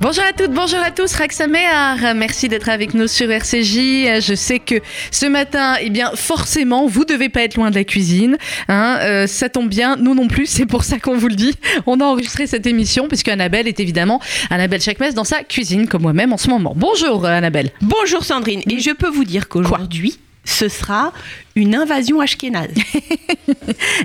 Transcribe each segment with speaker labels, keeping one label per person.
Speaker 1: Bonjour à toutes, bonjour à tous, Raxa Mehar, merci d'être avec nous sur RCJ. Je sais que ce matin, eh bien, forcément, vous devez pas être loin de la cuisine. hein, euh, ça tombe bien, nous non plus, c'est pour ça qu'on vous le dit. On a enregistré cette émission puisque Annabelle est évidemment Annabelle Chakmes dans sa cuisine, comme moi-même en ce moment. Bonjour euh, Annabelle.
Speaker 2: Bonjour Sandrine, et je peux vous dire qu'aujourd'hui, ce sera une invasion ashkénaze.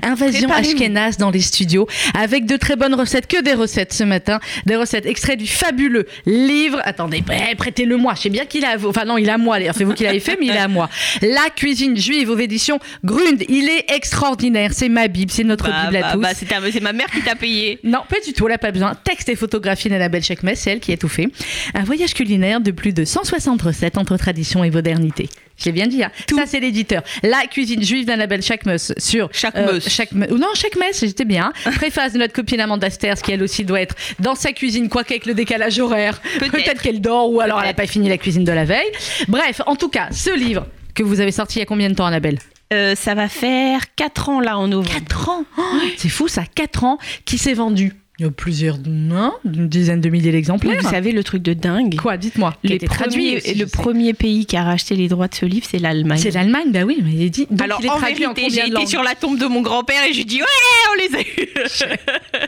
Speaker 1: Invasion
Speaker 2: Préparez-vous.
Speaker 1: Ashkenaz dans les studios avec de très bonnes recettes, que des recettes ce matin, des recettes extraites du fabuleux livre. Attendez, bah, prêtez-le moi. Je sais bien qu'il a, enfin non, il a moi. d'ailleurs, C'est vous qui l'avez fait, mais il a moi. La cuisine juive aux éditions Grund. Il est extraordinaire. C'est ma bible, c'est notre
Speaker 2: Bah,
Speaker 1: bible à
Speaker 2: bah,
Speaker 1: tous.
Speaker 2: bah, c'est un- c'est ma mère qui t'a payé.
Speaker 1: Non, pas du tout, là pas besoin. Texte et photographie d'Annabelle Chakmes, c'est elle qui a tout fait. Un voyage culinaire de plus de 160 recettes entre tradition et modernité. Je l'ai bien dit, hein. ça c'est l'éditeur. La cuisine juive d'Annabelle Chakmes sur...
Speaker 2: Chakmes.
Speaker 1: Chakme- ou Euh, non, Chakmes, j'étais bien. Préface de notre copine Amanda Sters qui elle aussi doit être dans sa cuisine, quoique avec le décalage horaire.
Speaker 2: Peut-être.
Speaker 1: qu'elle dort ou alors elle n'a
Speaker 2: Peut-être.
Speaker 1: pas fini la cuisine de la veille. Bref, en tout cas, ce livre que vous avez sorti il y a combien de temps Annabelle
Speaker 2: Euh, ça va faire 4 ans là en novembre.
Speaker 1: 4 ans Oh,
Speaker 2: Ah,
Speaker 1: C'est fou ça, 4 ans qui s'est vendu. Il y a plusieurs, non, une dizaine de milliers d'exemplaires.
Speaker 2: Vous savez le truc de dingue
Speaker 1: Quoi, dites-moi. qui a
Speaker 2: Les
Speaker 1: été traduit
Speaker 2: premiers-
Speaker 1: aussi, je
Speaker 2: Le
Speaker 1: sais.
Speaker 2: premier pays qui a racheté les droits de ce livre, c'est l'Allemagne.
Speaker 1: C'est l'Allemagne, bah oui, mais il dit. Donc
Speaker 2: Alors
Speaker 1: il est
Speaker 2: en
Speaker 1: traduit en
Speaker 2: vérité,
Speaker 1: combien
Speaker 2: j'ai
Speaker 1: de
Speaker 2: été
Speaker 1: langues
Speaker 2: sur la tombe de mon grand-père et j'ai dit ouais, on les a eus.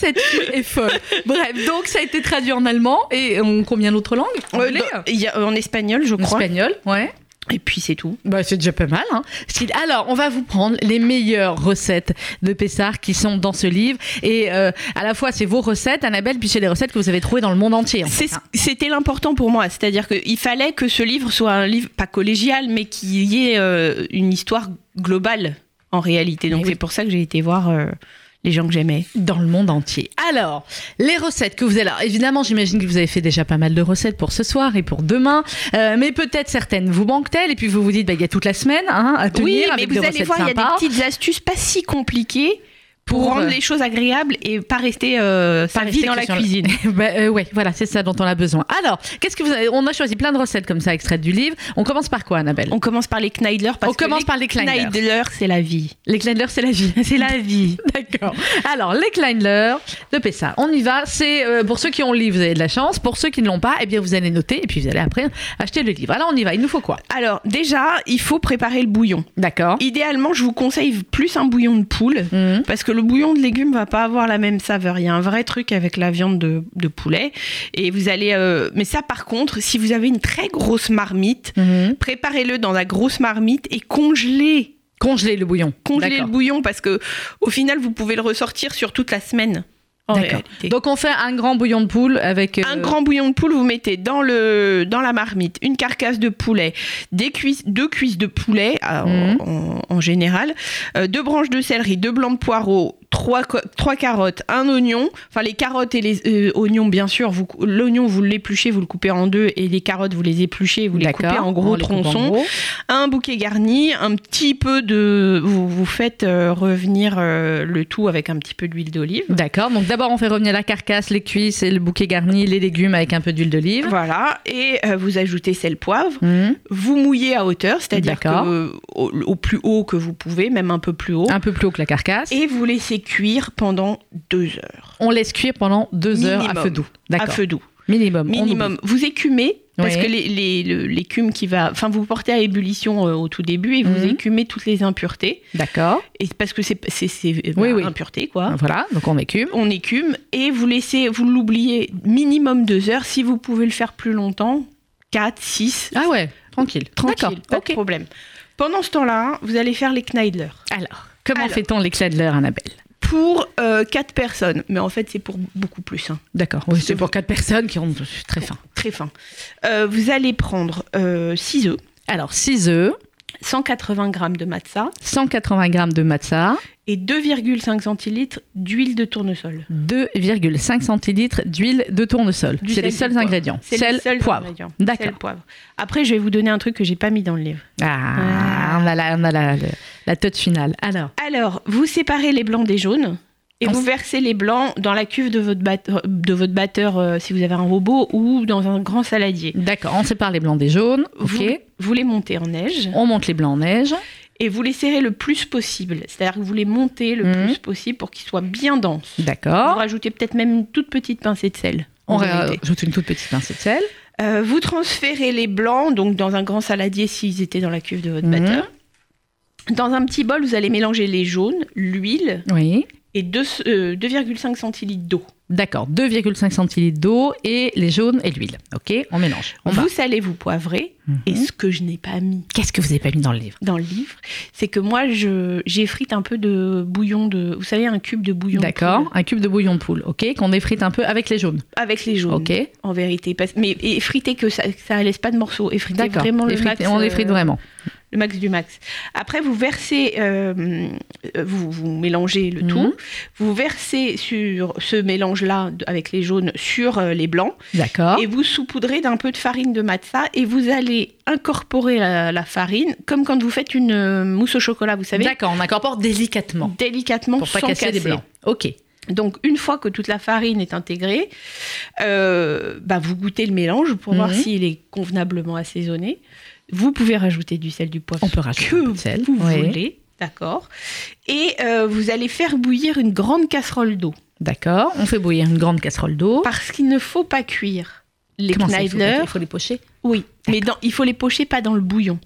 Speaker 1: Cette fille est folle. Bref, donc ça a été traduit en allemand et en combien d'autres langues En anglais
Speaker 2: Il y a- en espagnol, Euh, je
Speaker 1: En
Speaker 2: crois.
Speaker 1: espagnol, ouais.
Speaker 2: Et puis c'est tout.
Speaker 1: Bah, c'est déjà pas mal. hein. Si- Alors, on va vous prendre les meilleures recettes de Pessard qui sont dans ce livre. Et euh, à la fois, c'est vos recettes, Annabelle, puis c'est les recettes que vous avez trouvées dans le monde entier. en fait, hein.
Speaker 2: C'est ce- C'était l'important pour moi, c'est-à-dire qu'il fallait que ce livre soit un livre pas collégial, mais qui y ait euh, une histoire globale en réalité. Donc
Speaker 1: Mais oui.
Speaker 2: c'est pour ça que j'ai été voir euh, les gens que j'aimais.
Speaker 1: dans le monde entier. Alors, les recettes que vous avez. Alors, évidemment, j'imagine que vous avez fait déjà pas mal de recettes pour ce soir et pour demain, Euh, mais peut-être certaines vous manquent-elles, et puis vous vous dites, bah, il y a toute la semaine hein, à tenir
Speaker 2: Oui, mais
Speaker 1: avec des
Speaker 2: vous allez
Speaker 1: recettes
Speaker 2: voir, il y a
Speaker 1: sympas.
Speaker 2: des petites astuces pas si compliquées pour,
Speaker 1: Pour,
Speaker 2: rendre
Speaker 1: euh,
Speaker 2: les choses agréables et pas rester euh, sa
Speaker 1: rester
Speaker 2: vie dans
Speaker 1: que
Speaker 2: la
Speaker 1: sur le-
Speaker 2: cuisine.
Speaker 1: Bah, euh, ouais, voilà, c'est ça dont on a besoin. Alors, qu'est-ce que vous avez... On a choisi plein de recettes comme ça, extraites du livre. On commence par quoi, Annabelle
Speaker 2: On commence par les Kneidler parce
Speaker 1: On commence
Speaker 2: que
Speaker 1: par les
Speaker 2: les
Speaker 1: Kleinler.
Speaker 2: Kneidler, c'est la vie.
Speaker 1: Les Kleinler, c'est la vie.
Speaker 2: C'est la vie.
Speaker 1: D'accord. Alors, les Kleinler de Pessah. On y va. C'est euh, pour ceux qui ont le livre, vous avez de la chance. Pour ceux qui ne l'ont pas, eh bien, vous allez noter et puis vous allez après acheter le livre. Alors, on y va. Il nous faut quoi
Speaker 2: Alors déjà, il faut préparer le bouillon.
Speaker 1: D'accord.
Speaker 2: Idéalement, je vous conseille plus un bouillon de poule.
Speaker 1: Mhm.
Speaker 2: Parce que le bouillon de légumes va pas avoir la même saveur. Il y a un vrai truc avec la viande de, de poulet. Et vous allez. euh, Mais ça, par contre, si vous avez une très grosse marmite,
Speaker 1: Mhm.
Speaker 2: préparez-le dans la grosse marmite et congelez.
Speaker 1: Congeler le bouillon.
Speaker 2: Congelez le
Speaker 1: D'accord.
Speaker 2: bouillon parce que, au final, vous pouvez le ressortir sur toute la semaine. en
Speaker 1: D'accord.
Speaker 2: réalité.
Speaker 1: Donc on fait un grand bouillon de poule avec euh,
Speaker 2: Un grand bouillon de poule, vous mettez dans, le, dans la marmite une carcasse de poulet, des cuisses, deux cuisses de poulet euh, en-
Speaker 1: Mhm.
Speaker 2: en, en général, euh, deux branches de céleri, deux blancs de poireaux, trois, co- trois carottes, un oignon. Enfin, les carottes et les euh, oignons, bien sûr, vous cou- l'oignon, vous l'épluchez, vous le coupez en deux, et les carottes, vous les épluchez, vous les
Speaker 1: d'accord,
Speaker 2: coupez en
Speaker 1: on
Speaker 2: gros
Speaker 1: les coupe en
Speaker 2: tronçons.
Speaker 1: gros.
Speaker 2: Un bouquet garni, un petit peu de. Vous, vous faites euh, revenir euh, le tout avec un petit peu d'huile d'olive.
Speaker 1: D'accord. Donc d'abord on fait revenir la carcasse, les cuisses et le bouquet garni, les légumes avec un peu d'huile d'olive.
Speaker 2: Voilà, et euh, vous ajoutez sel poivre.
Speaker 1: Mhm.
Speaker 2: vous mouillez à hauteur, c'est-à-dire que
Speaker 1: D'accord. Ah.
Speaker 2: euh, au, au plus haut que vous pouvez, même un peu plus haut,
Speaker 1: Un peu plus haut que la carcasse.
Speaker 2: Oh. et vous laissez cuire pendant deux heures
Speaker 1: on laisse cuire pendant deux heures à
Speaker 2: Minimum.
Speaker 1: feu doux.
Speaker 2: à
Speaker 1: D'accord.
Speaker 2: feu doux,
Speaker 1: Minimum. on
Speaker 2: minimum. Vous écumez parce
Speaker 1: Ouais.
Speaker 2: que les- les- le- l'écume qui va, enfin vous portez à ébullition euh, au tout début et vous
Speaker 1: Mhm.
Speaker 2: écumez toutes les impuretés
Speaker 1: oublie. D'accord.
Speaker 2: et parce que c'est c'est c'est euh,
Speaker 1: Oui, oui.
Speaker 2: impureté quoi.
Speaker 1: Hein, Voilà. Donc on écume.
Speaker 2: On écume et vous laissez, vous l'oubliez minimum deux heures. Si vous pouvez le faire plus longtemps, 4, 6,
Speaker 1: Ah ouais. Tranquille.
Speaker 2: tranquille, pas
Speaker 1: D'accord.
Speaker 2: de
Speaker 1: Ok.
Speaker 2: problème. Pendant ce temps-là, vous allez faire les Kneidler.
Speaker 1: Alors comment
Speaker 2: Alors.
Speaker 1: fait-on les Kledler, Annabelle
Speaker 2: pour euh, quatre personnes, mais en fait c'est pour beaucoup plus, hein.
Speaker 1: D'accord. Oui, c'est
Speaker 2: que
Speaker 1: pour
Speaker 2: vous-
Speaker 1: quatre personnes qui ont très faim.
Speaker 2: très fin. Euh, vous allez prendre 6 œufs,
Speaker 1: Alors 6 œufs,
Speaker 2: 180 g de matza
Speaker 1: 180 g de matzah.
Speaker 2: et 2,5 centilitres d'huile de tournesol.
Speaker 1: 2,5 centilitres d'huile de tournesol.
Speaker 2: Du
Speaker 1: C'est
Speaker 2: sel,
Speaker 1: les
Speaker 2: du
Speaker 1: seuls
Speaker 2: poivre.
Speaker 1: ingrédients.
Speaker 2: C'est
Speaker 1: sel,
Speaker 2: le seul
Speaker 1: poivre.
Speaker 2: ingrédient.
Speaker 1: D'accord.
Speaker 2: Sel, poivre. Après, je vais vous donner un truc que j'ai pas mis dans le livre.
Speaker 1: Ah, on a la, on a la, le- la touch finale. Alors,
Speaker 2: Alors, vous séparez les blancs des jaunes et
Speaker 1: Ah,
Speaker 2: vous versez les blancs dans la cuve de votre, batte- de votre batteur euh, si vous avez un robot ou dans un grand saladier.
Speaker 1: d'accord, on sépare les blancs des jaunes. Ok.
Speaker 2: Vous- vous les montez en neige.
Speaker 1: On monte les blancs en neige.
Speaker 2: et vous les serrez le plus possible. C'est-à-dire que vous les montez le
Speaker 1: Mhm.
Speaker 2: plus possible pour qu'ils soient bien denses. Vous
Speaker 1: D'accord.
Speaker 2: rajoutez peut-être même une toute petite pincée de sel.
Speaker 1: On
Speaker 2: en vérité.
Speaker 1: rajoute une toute petite pincée de sel.
Speaker 2: Euh, vous transférez les blancs donc dans un grand saladier s'ils étaient dans la cuve de votre
Speaker 1: Mhm.
Speaker 2: batteur. Dans un petit bol, vous allez mélanger les jaunes, l'huile
Speaker 1: Oui.
Speaker 2: et deux- euh, 2,5 centilitres d'eau.
Speaker 1: D'accord, 2,5 centilitres d'eau et les jaunes et l'huile. Ok, on mélange. On va. Mhm.
Speaker 2: Vous salez, vous poivrez. Et ce que je n'ai pas mis
Speaker 1: Qu'est-ce que vous n'avez pas mis dans le livre
Speaker 2: dans le livre, c'est que moi, je- j'effrite un peu de bouillon de... Vous savez, un cube de bouillon de
Speaker 1: D'accord,
Speaker 2: poule
Speaker 1: un cube de bouillon de poule, ok, qu'on effrite un peu avec les jaunes.
Speaker 2: avec les jaunes.
Speaker 1: Ok,
Speaker 2: En vérité, parce- mais effriter que ça, ça laisse pas de morceaux, effriter
Speaker 1: d'accord.
Speaker 2: vraiment le
Speaker 1: Effrite-
Speaker 2: max,
Speaker 1: on effrite
Speaker 2: euh,
Speaker 1: vraiment.
Speaker 2: le max du max. Après, vous versez, euh, euh, vous, vous mélangez le
Speaker 1: Mhm.
Speaker 2: tout, vous versez sur ce mélange-là de- avec les jaunes sur euh, les blancs,
Speaker 1: D'accord.
Speaker 2: et vous saupoudrez d'un peu de farine de matza, et vous allez incorporer la, la farine, comme quand vous faites une euh, mousse au chocolat, vous savez,
Speaker 1: D'accord, on incorpore délicatement
Speaker 2: délicatement
Speaker 1: pour pas
Speaker 2: sans
Speaker 1: casser les
Speaker 2: casser.
Speaker 1: blancs. Ok.
Speaker 2: Donc une fois que toute la farine est intégrée, euh, bah, vous goûtez le mélange pour voir
Speaker 1: Mhm.
Speaker 2: s'il est convenablement assaisonné. Vous pouvez rajouter du sel, du poivre,
Speaker 1: On peut rajouter
Speaker 2: que
Speaker 1: un peu de sel,
Speaker 2: vous
Speaker 1: oui.
Speaker 2: voulez, d'accord. Et euh, vous allez faire bouillir une grande casserole d'eau
Speaker 1: D'accord, on fait bouillir une grande casserole d'eau.
Speaker 2: parce qu'il ne faut pas cuire les
Speaker 1: Comment ça, il faut-
Speaker 2: Kneidler.
Speaker 1: Il faut les pocher.
Speaker 2: Oui, mais dans- il faut les pocher pas dans le bouillon.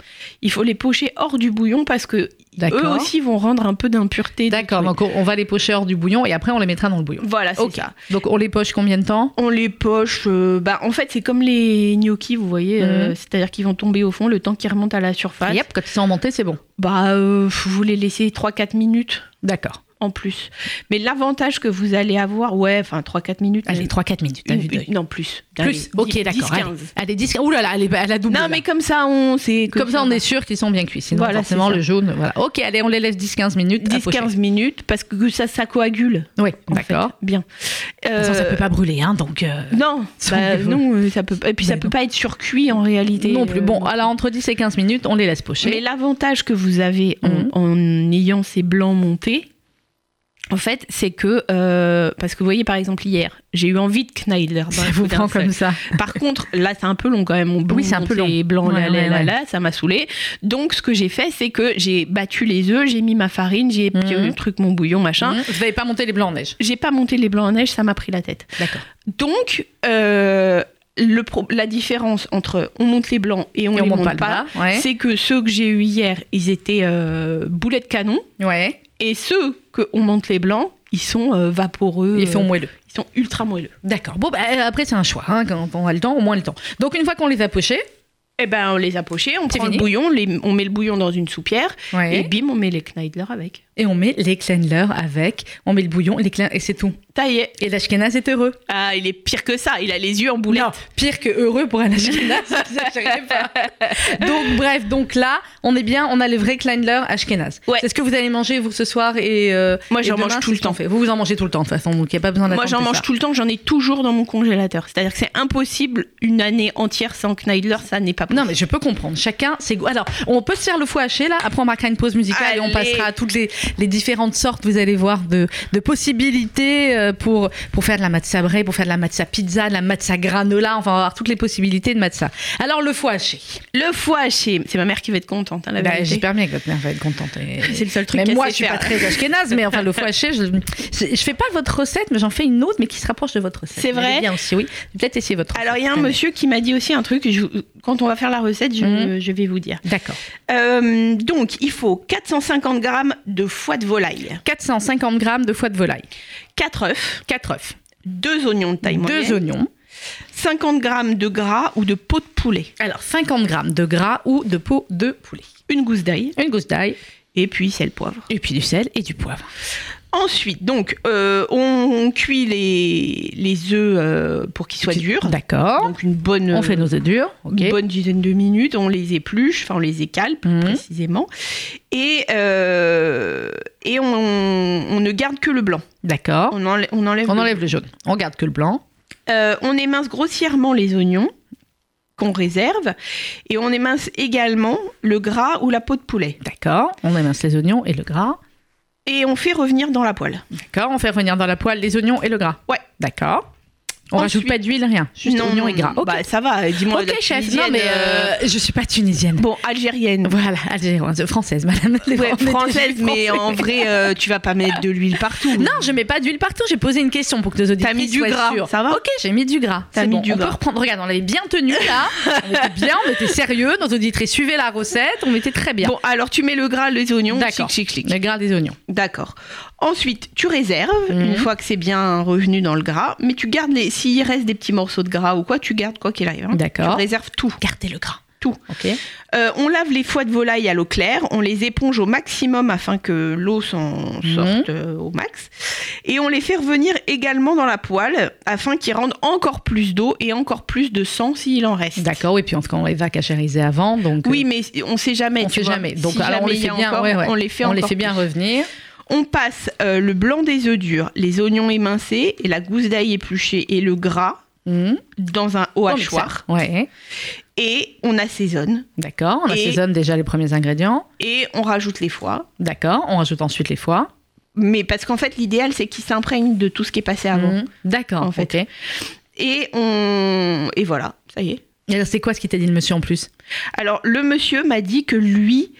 Speaker 2: Il faut les pocher hors du bouillon parce que eux
Speaker 1: D'accord.
Speaker 2: aussi vont rendre un peu d'impureté. dans le
Speaker 1: D'accord,
Speaker 2: truc.
Speaker 1: donc on on va les pocher hors du bouillon et après on les mettra dans le bouillon.
Speaker 2: Voilà, c'est
Speaker 1: Ok.
Speaker 2: ça.
Speaker 1: Donc on les poche combien de temps
Speaker 2: On les poche, euh, bah, en fait c'est comme les gnocchis, vous voyez, euh,
Speaker 1: Mhm.
Speaker 2: c'est-à-dire qu'ils vont tomber au fond le temps qu'ils remontent à la surface.
Speaker 1: Yep, quand ils sont emmontés, c'est bon.
Speaker 2: Bah, euh, vous les laissez 3-4 minutes
Speaker 1: D'accord.
Speaker 2: en plus. Mais l'avantage que vous allez avoir, ouais, enfin 3-4 minutes.
Speaker 1: Allez,
Speaker 2: mais-
Speaker 1: 3-4 minutes, t'as
Speaker 2: une-
Speaker 1: vu d'œil.
Speaker 2: une- Non, plus.
Speaker 1: Plus, ok, d'accord. Allez,
Speaker 2: 10-15.
Speaker 1: allez, 10 Ouh là là, elle est elle a doublé.
Speaker 2: Non,
Speaker 1: là.
Speaker 2: mais comme ça, on sait. que-
Speaker 1: Comme ça, on est sûr qu'ils sont bien cuits. Sinon,
Speaker 2: Voilà,
Speaker 1: forcément,
Speaker 2: c'est ça.
Speaker 1: le jaune. Voilà. Ok, allez, on les laisse 10-15 minutes. à pocher.
Speaker 2: 10-15 minutes parce que ça, ça coagule.
Speaker 1: Oui,
Speaker 2: en
Speaker 1: d'accord.
Speaker 2: fait. Bien.
Speaker 1: De toute façon, ça
Speaker 2: Euh,
Speaker 1: peut pas brûler, hein, donc. euh,
Speaker 2: Non,
Speaker 1: Sans
Speaker 2: bah,
Speaker 1: défaut.
Speaker 2: non, euh, ça peut pas. Et puis
Speaker 1: Bah,
Speaker 2: ça peut
Speaker 1: non.
Speaker 2: pas être surcuit en réalité.
Speaker 1: non plus.
Speaker 2: euh,
Speaker 1: Bon, alors entre 10 et 15 minutes, on les laisse
Speaker 2: Mais
Speaker 1: pocher.
Speaker 2: l'avantage que vous avez en,
Speaker 1: Mhm.
Speaker 2: en ayant ces blancs montés, en fait, c'est que. euh, parce que vous voyez, par exemple, hier, j'ai eu envie de Kneider. dans
Speaker 1: Ça
Speaker 2: la
Speaker 1: vous
Speaker 2: soupe
Speaker 1: prend
Speaker 2: d'un seul.
Speaker 1: comme ça. Hein
Speaker 2: Par contre, là, c'est un peu long quand même. On
Speaker 1: Oui, c'est un peu
Speaker 2: monte les blancs,
Speaker 1: Ouais,
Speaker 2: là, là,
Speaker 1: ouais,
Speaker 2: là,
Speaker 1: ouais.
Speaker 2: là, ça m'a saoulé. Donc, ce que j'ai fait, c'est que j'ai battu les œufs, j'ai mis ma farine, j'ai
Speaker 1: Mhm.
Speaker 2: pris le truc, mon bouillon, machin.
Speaker 1: Mmh. Vous n'avez pas monté les blancs en neige.
Speaker 2: J'ai pas monté les blancs en neige, ça m'a pris la tête.
Speaker 1: D'accord.
Speaker 2: Donc, euh, le pro- la différence entre on monte les blancs et on
Speaker 1: Et
Speaker 2: les
Speaker 1: on
Speaker 2: monte,
Speaker 1: monte pas le
Speaker 2: pas
Speaker 1: bas. Ouais.
Speaker 2: c'est que ceux que j'ai eu hier, ils étaient euh, boulets de canon.
Speaker 1: ouais.
Speaker 2: Et ceux qu'on monte les blancs, ils sont euh, vaporeux.
Speaker 1: Ils sont
Speaker 2: euh,
Speaker 1: moelleux.
Speaker 2: ils sont ultra moelleux.
Speaker 1: D'accord. Bon, bah, euh, après, c'est un choix. hein, Quand on a le temps, au moins le temps. Donc, une fois qu'on les a pochés,
Speaker 2: Eh ben, on les a pochés, on
Speaker 1: C'est
Speaker 2: prend le
Speaker 1: fini
Speaker 2: bouillon, les- on met le bouillon dans une soupière, et
Speaker 1: ouais.
Speaker 2: bim, on met les Kneidler avec.
Speaker 1: et, on met les Kleinler avec, on met le bouillon, les Klein- et c'est tout.
Speaker 2: Ça y est.
Speaker 1: Et l'ashkenaz est heureux.
Speaker 2: Ah, il est pire que ça, il a les yeux en boulettes.
Speaker 1: Non, pire que heureux pour un Ashkenaz, j'exagérerai pas. Donc bref, donc là, on est bien, on a les vrais Kleinler Ashkenaz.
Speaker 2: Ouais.
Speaker 1: C'est ce que vous allez manger vous ce soir et euh,
Speaker 2: Moi,
Speaker 1: et
Speaker 2: j'en
Speaker 1: demain,
Speaker 2: mange tout
Speaker 1: c'est
Speaker 2: le
Speaker 1: ce qu'on
Speaker 2: temps.
Speaker 1: Fait. Vous vous en mangez tout le temps de toute façon, donc il n'y a pas besoin
Speaker 2: Moi,
Speaker 1: d'attendre.
Speaker 2: j'en
Speaker 1: que
Speaker 2: mange
Speaker 1: ça.
Speaker 2: tout le temps, j'en ai toujours dans mon congélateur. C'est-à-dire que c'est impossible une année entière sans Kneidler, ça n'est pas possible.
Speaker 1: Non mais je peux comprendre. Chacun ses goûts. Alors on peut se faire le foie haché là. Après on marquera une pause musicale et on
Speaker 2: Allez.
Speaker 1: passera à toutes les, les différentes sortes. Vous allez voir de, de possibilités euh, pour pour faire de la matza bray, pour faire de la matza pizza, de la matza granola. Enfin on va avoir toutes les possibilités de matza. Alors le foie haché.
Speaker 2: Le foie haché, c'est ma mère qui va être contente, hein, la
Speaker 1: Bah,
Speaker 2: vérité.
Speaker 1: J'espère bien que votre mère va être contente. et-
Speaker 2: C'est le seul truc
Speaker 1: Mais
Speaker 2: qu'elle
Speaker 1: moi,
Speaker 2: sait
Speaker 1: je suis
Speaker 2: faire.
Speaker 1: pas très ashkénaze, mais enfin, le foie haché, je, je fais pas votre recette, mais j'en fais une autre, mais qui se rapproche de votre recette.
Speaker 2: C'est
Speaker 1: Vous allez
Speaker 2: vrai
Speaker 1: bien aussi, oui. J'ai Peut-être essayer votre
Speaker 2: Alors, il y a un
Speaker 1: recette.
Speaker 2: monsieur qui m'a dit aussi un truc, je- quand on va faire la recette, je,
Speaker 1: Mhm.
Speaker 2: je vais vous dire.
Speaker 1: D'accord.
Speaker 2: Euh, donc, il faut 450 grammes de foie de volaille,
Speaker 1: 450 grammes de foie de volaille,
Speaker 2: 4 œufs,
Speaker 1: 4 œufs,
Speaker 2: 2 oignons de taille
Speaker 1: 2
Speaker 2: moyenne,
Speaker 1: oignons.
Speaker 2: 50 grammes de gras ou de peau de poulet,
Speaker 1: Alors, 50 grammes de gras ou de peau de poulet,
Speaker 2: une gousse d'ail
Speaker 1: une gousse d'ail,
Speaker 2: et puis sel poivre.
Speaker 1: et puis du sel et du poivre.
Speaker 2: Ensuite, donc, euh, on, on cuit les, les œufs euh, pour qu'ils soient durs.
Speaker 1: D'accord.
Speaker 2: Donc, une bonne,
Speaker 1: On fait nos œufs durs. Ok.
Speaker 2: une bonne dizaine de minutes. On les épluche, enfin, on les écale plus
Speaker 1: Mhm.
Speaker 2: précisément. Et, euh, et on, on ne garde que le blanc.
Speaker 1: D'accord.
Speaker 2: On, enlè- on enlève
Speaker 1: On
Speaker 2: le-
Speaker 1: enlève le jaune. On garde que le blanc.
Speaker 2: Euh, on émince grossièrement les oignons qu'on réserve et on émince également le gras ou la peau de poulet.
Speaker 1: D'accord. On émince les oignons et le gras.
Speaker 2: Et on fait revenir dans la poêle.
Speaker 1: D'accord. On fait revenir dans la poêle les oignons et le gras.
Speaker 2: Ouais.
Speaker 1: D'accord. On rajoute
Speaker 2: Ensuite-
Speaker 1: pas d'huile, rien. Juste
Speaker 2: Non,
Speaker 1: oignon et gras. Ok,
Speaker 2: Bah, ça va, dis-moi.
Speaker 1: Ok,
Speaker 2: la
Speaker 1: chef. Non,
Speaker 2: Tunisienne,
Speaker 1: mais
Speaker 2: euh,
Speaker 1: euh, je suis pas tunisienne.
Speaker 2: Bon, algérienne.
Speaker 1: Voilà, algérienne, française, madame. Les
Speaker 2: Ouais,
Speaker 1: Français, je suis
Speaker 2: française, mais en
Speaker 1: française.
Speaker 2: vrai, euh, tu vas pas mettre de l'huile partout.
Speaker 1: Non, je mets pas d'huile partout. J'ai posé une question pour que nos auditeurs
Speaker 2: T'as mis du gras, ça va
Speaker 1: Ok, j'ai mis du gras.
Speaker 2: T'as
Speaker 1: C'est
Speaker 2: mis
Speaker 1: bon,
Speaker 2: du
Speaker 1: on
Speaker 2: gras.
Speaker 1: peut reprendre. Regarde, on avait bien tenu là. on était bien, on était sérieux. Nos auditeurs suivaient la recette. On était très bien.
Speaker 2: Bon, alors tu mets le gras, les oignons,
Speaker 1: D'accord.
Speaker 2: chic, chic, chic.
Speaker 1: Le gras des oignons.
Speaker 2: D'accord. Ensuite, tu réserves,
Speaker 1: Mhm.
Speaker 2: une fois que c'est bien revenu dans le gras, mais tu gardes les. S'il reste des petits morceaux de gras ou quoi, tu gardes quoi qu'il arrive. hein. Tu
Speaker 1: D'accord.
Speaker 2: réserves tout.
Speaker 1: Gardez le gras.
Speaker 2: Tout.
Speaker 1: Ok.
Speaker 2: Euh, on lave les foies de volaille à l'eau claire, on les éponge au maximum afin que l'eau s'en
Speaker 1: Mhm.
Speaker 2: sorte euh, au max. Et on les fait revenir également dans la poêle afin qu'ils rendent encore plus d'eau et encore plus de sang s'il en reste.
Speaker 1: D'accord. Et puis en tout cas, on les va cachériser avant. Donc. euh,
Speaker 2: Oui, mais on sait jamais.
Speaker 1: On
Speaker 2: tu
Speaker 1: sait
Speaker 2: vois.
Speaker 1: jamais. Donc
Speaker 2: Si
Speaker 1: alors on les
Speaker 2: jamais il y
Speaker 1: fait
Speaker 2: a
Speaker 1: bien.
Speaker 2: encore,
Speaker 1: ouais, ouais.
Speaker 2: On les fait,
Speaker 1: on les
Speaker 2: encore
Speaker 1: fait bien
Speaker 2: plus.
Speaker 1: revenir.
Speaker 2: On passe euh, le blanc des œufs durs, les oignons émincés et la gousse d'ail épluchée et le gras
Speaker 1: Mmh.
Speaker 2: dans un haut
Speaker 1: Au
Speaker 2: hachoir
Speaker 1: mixeur. Ouais.
Speaker 2: et on assaisonne
Speaker 1: D'accord. On
Speaker 2: Et-
Speaker 1: assaisonne déjà les premiers ingrédients.
Speaker 2: et on rajoute les foies.
Speaker 1: D'accord. On rajoute ensuite les foies.
Speaker 2: Mais parce qu'en fait, l'idéal, c'est qu'ils s'imprègnent de tout ce qui est passé avant.
Speaker 1: Mmh. D'accord.
Speaker 2: Ah En fait.
Speaker 1: ok.
Speaker 2: Et on et voilà, ça y est.
Speaker 1: Et alors, c'est quoi ce qui t'a dit le monsieur en plus
Speaker 2: Alors le monsieur m'a dit que lui,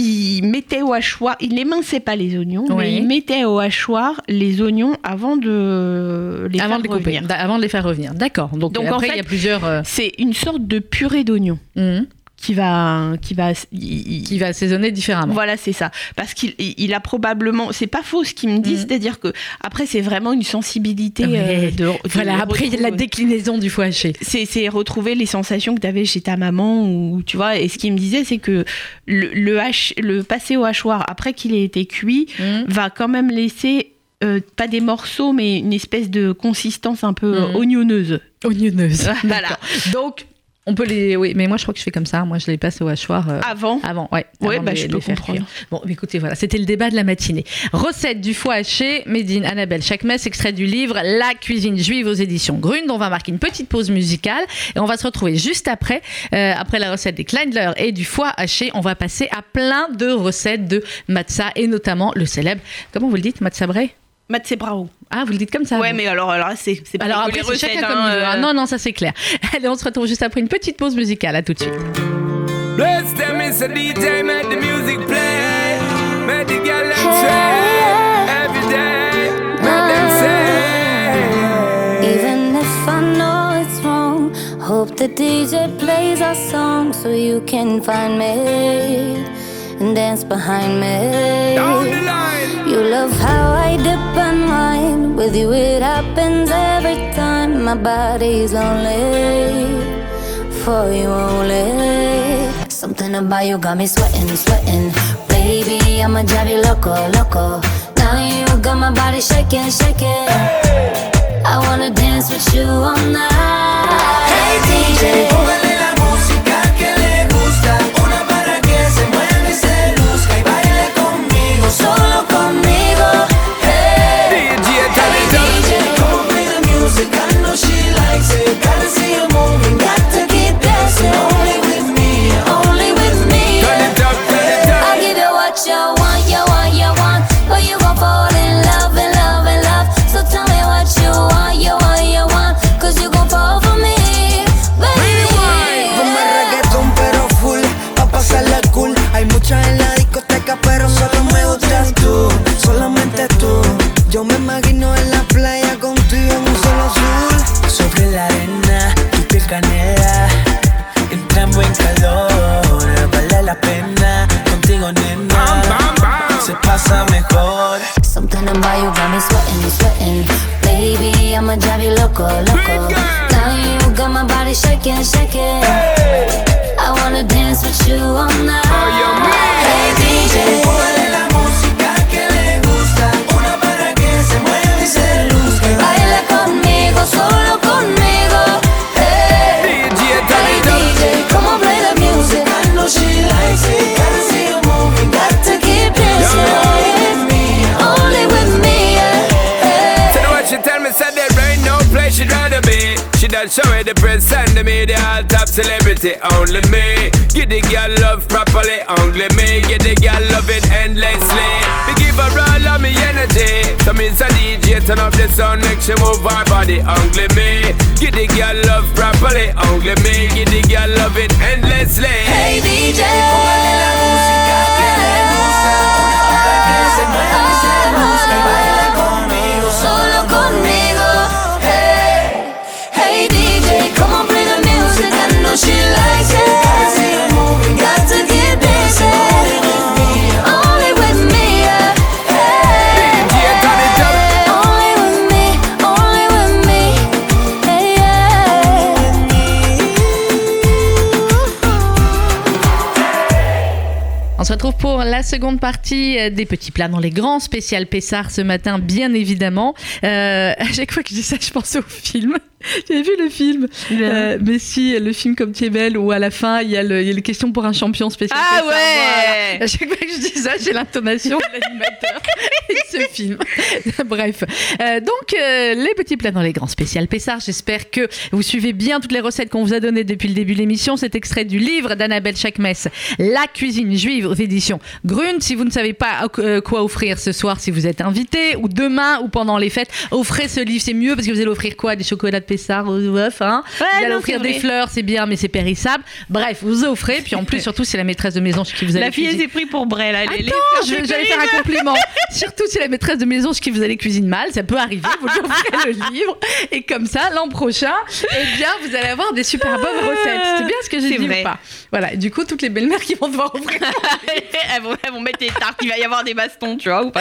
Speaker 2: il mettait au hachoir, il éminçait pas les oignons,
Speaker 1: Ouais.
Speaker 2: mais il mettait au hachoir les oignons avant de les
Speaker 1: avant
Speaker 2: faire
Speaker 1: de les couper,
Speaker 2: revenir.
Speaker 1: d'a- avant de les faire revenir. D'accord. Donc,
Speaker 2: Donc, en
Speaker 1: après, il y
Speaker 2: fait- Hmm.
Speaker 1: a plusieurs euh,
Speaker 2: C'est une sorte de purée d'oignons
Speaker 1: hum,
Speaker 2: qui va qui va il- il-
Speaker 1: qui va assaisonner différemment.
Speaker 2: Voilà, c'est ça. Parce qu'il il il a probablement. C'est pas faux ce qu'il me dit,
Speaker 1: Mhm.
Speaker 2: c'est-à-dire que après, c'est vraiment une sensibilité
Speaker 1: Ouais.
Speaker 2: euh, de, de
Speaker 1: Ah, Voilà, après, il y a la
Speaker 2: retrouver.
Speaker 1: déclinaison du foie haché.
Speaker 2: C'est c'est retrouver les sensations que tu avais chez ta maman, ou tu vois. Et ce qu'il me disait, c'est que le, le, hache- le passer au hachoir après qu'il ait été cuit
Speaker 1: Hum.
Speaker 2: va quand même laisser. euh, pas des morceaux, mais une espèce de consistance un peu
Speaker 1: Mhm.
Speaker 2: oignonneuse.
Speaker 1: Oignonneuse.
Speaker 2: Voilà.
Speaker 1: Donc, on peut les. Oui, mais moi, je crois que je fais comme ça. Moi, je les passe au hachoir. euh,
Speaker 2: Avant,
Speaker 1: Avant, ouais.
Speaker 2: ouais,
Speaker 1: avant de
Speaker 2: bah,
Speaker 1: les-
Speaker 2: je
Speaker 1: les
Speaker 2: peux
Speaker 1: faire
Speaker 2: comprendre.
Speaker 1: cuire. Bon, mais écoutez, voilà, c'était le débat de la matinée. Recette du foie haché, Médine Annabelle Chakmes, extrait du livre La cuisine juive aux éditions Grund. On va marquer une petite pause musicale et on va se retrouver juste après, euh, après la recette des Kleindler et du foie haché. On va passer à plein de recettes de matzah et notamment le célèbre, comment vous le dites, matzah bray
Speaker 2: Matt Bravo.
Speaker 1: Ah, vous le dites comme ça
Speaker 2: ouais,
Speaker 1: vous.
Speaker 2: mais alors, alors là, c'est c'est pas
Speaker 1: Alors
Speaker 2: que
Speaker 1: après,
Speaker 2: les
Speaker 1: c'est
Speaker 2: recettes.
Speaker 1: chacun comme
Speaker 2: hein,
Speaker 1: il veut. Ah
Speaker 2: euh,
Speaker 1: non, non, ça c'est clair. Allez, on se retrouve juste après une petite pause musicale. À tout de suite.
Speaker 3: Bless them, Mr. DJ, make the music play. Make the girl them sway. Every day, make them say.
Speaker 4: Even if I know it's wrong, hope the DJ plays our song so you can find me and dance behind
Speaker 3: Down
Speaker 4: me.
Speaker 3: the line.
Speaker 4: You love how I dip and wine. With you, it happens every time. My body's lonely for you only. Something about you got me sweating, sweating. Baby, I'ma drive you loco, loco. Now you got my body shaking, shaking. I wanna dance with you all night. Hey DJ,
Speaker 5: Póngale la música que le gusta, una para que se mueva y se luzca y baile conmigo, solo conmigo. Hey,
Speaker 3: DJ, tell it up.
Speaker 5: DJ, come on play the music, I know she likes it. Gotta see her moving, got to keep dancing. Only with me, only with me.
Speaker 3: Turn it up, turn it up.
Speaker 4: I'll give you what you want, you want, you want. But you gon' fall in love, in love, in love. So tell me what you want, you want, you want. Cause you gon' fall for me,
Speaker 5: Ponme
Speaker 4: baby.
Speaker 5: reggaetón pero full, pa' pasarla cool Hay muchas en la discoteca pero solo me gustas tú Solamente tú Yo me imagino en la playa contigo en un solo azul Sobre la arena, tu piel canela Entramos en calor, vale la pena Contigo
Speaker 3: Bam,
Speaker 5: nena,
Speaker 3: bam, bam.
Speaker 5: se pasa mejor
Speaker 4: Something about you got me sweating, sweating. Baby, I'ma drive you loco, loco.
Speaker 3: Big girl.
Speaker 4: Now you got my body shaking, shaking. I wanna dance with you all night. Hey, DJ.
Speaker 5: Póngale la música que le gusta Una para que se mueva y se luzca
Speaker 4: Baila conmigo, solo conmigo. Hey,
Speaker 3: DJ, tell
Speaker 4: hey
Speaker 3: it up.
Speaker 4: DJ, come on, play the music.
Speaker 5: I know she likes it. Gotta see her moving, got to keep dancing. Only with me,
Speaker 4: Only with me. yeah. Hey.
Speaker 3: Say what she tell me, said there ain't no place she'd rather be. She done show it the present to me, the all top celebrity, only me. Give the girl love properly, only me. Give the girl love it endlessly. Me give her all of me energy. So me a DJ, DJ turn up the sound, make she move her body. Only me, give the girl love properly. Only me, give the girl love it endlessly.
Speaker 4: Hey DJ,
Speaker 5: Póngale la música que le gusta. Una banda que se mueve y se busca y baila conmigo.
Speaker 4: solo conmigo. Hey, hey DJ, come on play the music. I know she likes it. Got to get busy. Only with me. yeah. Hey,
Speaker 3: DJ, turn it up.
Speaker 4: only with me. Only with me. Hey, yeah.
Speaker 1: On se retrouve pour la seconde partie euh, des petits plats dans les grands, spécial Pessard ce matin, bien évidemment. Euh, à chaque fois que je dis ça, je pense au film. J'ai vu le film. Euh, mais si, le film comme tu es belle, où à la fin, il y a le, il y a les questions pour un champion spécial.
Speaker 2: Ah
Speaker 1: Pessard,
Speaker 2: ouais
Speaker 1: voilà. À chaque fois que je dis ça, j'ai l'intonation de l'animateur de ce film. Bref. Euh, donc, euh, les petits plats dans les grands spécial Pessard. J'espère que vous suivez bien toutes les recettes qu'on vous a données depuis le début de l'émission. C'est extrait du livre d'Annabelle Chakmes, La cuisine juive, aux éditions Grune. Si vous ne savez pas à- euh, quoi offrir ce soir, si vous êtes invité, ou demain, ou pendant les fêtes, offrez ce livre. C'est mieux parce que vous allez offrir quoi Des chocolats de Pessard aux œufs, hein Vous allez
Speaker 2: non,
Speaker 1: offrir
Speaker 2: c'est
Speaker 1: des
Speaker 2: vrai.
Speaker 1: fleurs, c'est bien, mais c'est périssable. Bref, vous offrez. Puis en plus, surtout, c'est la maîtresse de maison chez qui vous allez
Speaker 2: La fille, elle
Speaker 1: cuisiner.
Speaker 2: s'est prise pour Brel. Elle est-
Speaker 1: Attends, je- j'allais faire un compliment. Surtout si la maîtresse de maison chez qui vous allez cuisiner mal, ça peut arriver. Vous lui offrez le livre et comme ça, l'an prochain, eh bien, vous allez avoir des super bonnes recettes. C'est bien ce que j'ai
Speaker 2: Ah. C'est
Speaker 1: dit
Speaker 2: vrai.
Speaker 1: ou pas Voilà. Et Du coup, toutes les belles-mères qui vont devoir offrir.
Speaker 2: elles, vont, elles vont mettre des tartes. Il va y avoir des bastons, tu vois, ou pas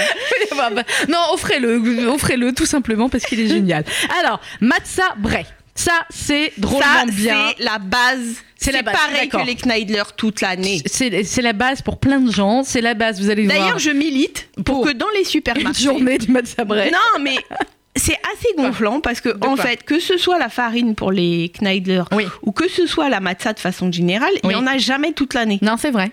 Speaker 1: Bah, bah, non, offrez-le, offrez-le tout simplement parce qu'il est génial. Alors, matza bray. Ça, c'est drôlement
Speaker 2: Ça,
Speaker 1: bien.
Speaker 2: c'est la base.
Speaker 1: C'est la base,
Speaker 2: pareil
Speaker 1: d'accord.
Speaker 2: que les Kneidler toute l'année.
Speaker 1: C'est c'est la base pour plein de gens. C'est la base. Vous allez voir.
Speaker 2: D'ailleurs, je milite pour
Speaker 1: Pour
Speaker 2: que dans les
Speaker 1: une
Speaker 2: supermarchés.
Speaker 1: journée du matza bray.
Speaker 2: Non, mais c'est assez gonflant parce que, en
Speaker 1: quoi
Speaker 2: fait, que ce soit la farine pour les Kneidler
Speaker 1: Oui.
Speaker 2: ou que ce soit la matzah de façon générale, il
Speaker 1: Oui.
Speaker 2: n'y en a jamais toute l'année.
Speaker 1: Non, c'est vrai.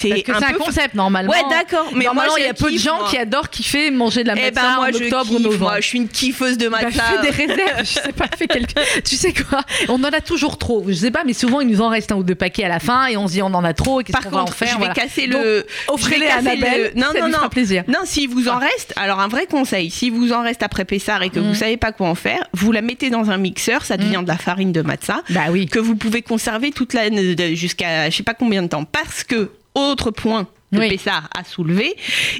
Speaker 1: Parce
Speaker 2: C'est
Speaker 1: que c'est un
Speaker 2: peu fa-
Speaker 1: concept normalement.
Speaker 2: Ouais, d'accord, mais
Speaker 1: normalement
Speaker 2: moi,
Speaker 1: il y
Speaker 2: je
Speaker 1: a peu de
Speaker 2: kiffe,
Speaker 1: gens
Speaker 2: moi.
Speaker 1: qui adorent kiffer manger de la
Speaker 2: Eh
Speaker 1: matzah
Speaker 2: ben, moi,
Speaker 1: en
Speaker 2: je
Speaker 1: octobre ou
Speaker 2: kiffe,
Speaker 1: novembre.
Speaker 2: moi, je suis une kiffeuse de
Speaker 1: Bah,
Speaker 2: matzah.
Speaker 1: fais des réserves, je sais pas, fais quelques- Tu sais quoi On en a toujours trop. Je sais pas, mais souvent il nous en reste un ou deux paquets à la fin et on se dit on en a trop et qu'est-ce
Speaker 2: Par
Speaker 1: qu'on va en
Speaker 2: contre,
Speaker 1: faire
Speaker 2: je vais
Speaker 1: voilà.
Speaker 2: casser
Speaker 1: Donc,
Speaker 2: le.
Speaker 1: Offrez-les à
Speaker 2: casser
Speaker 1: Annabelle.
Speaker 2: le- non,
Speaker 1: ça
Speaker 2: non,
Speaker 1: lui fera
Speaker 2: non.
Speaker 1: plaisir.
Speaker 2: Non, s'il vous en reste, alors un vrai conseil, si vous en reste après Pessard et que
Speaker 1: Mm.
Speaker 2: vous savez pas quoi en faire, vous la mettez dans un mixeur, ça devient de la farine de matzah
Speaker 1: Bah oui.
Speaker 2: que vous pouvez conserver toute l'année de- jusqu'à je sais pas combien de temps parce que autre point que
Speaker 1: Oui.
Speaker 2: Pessard a soulevé,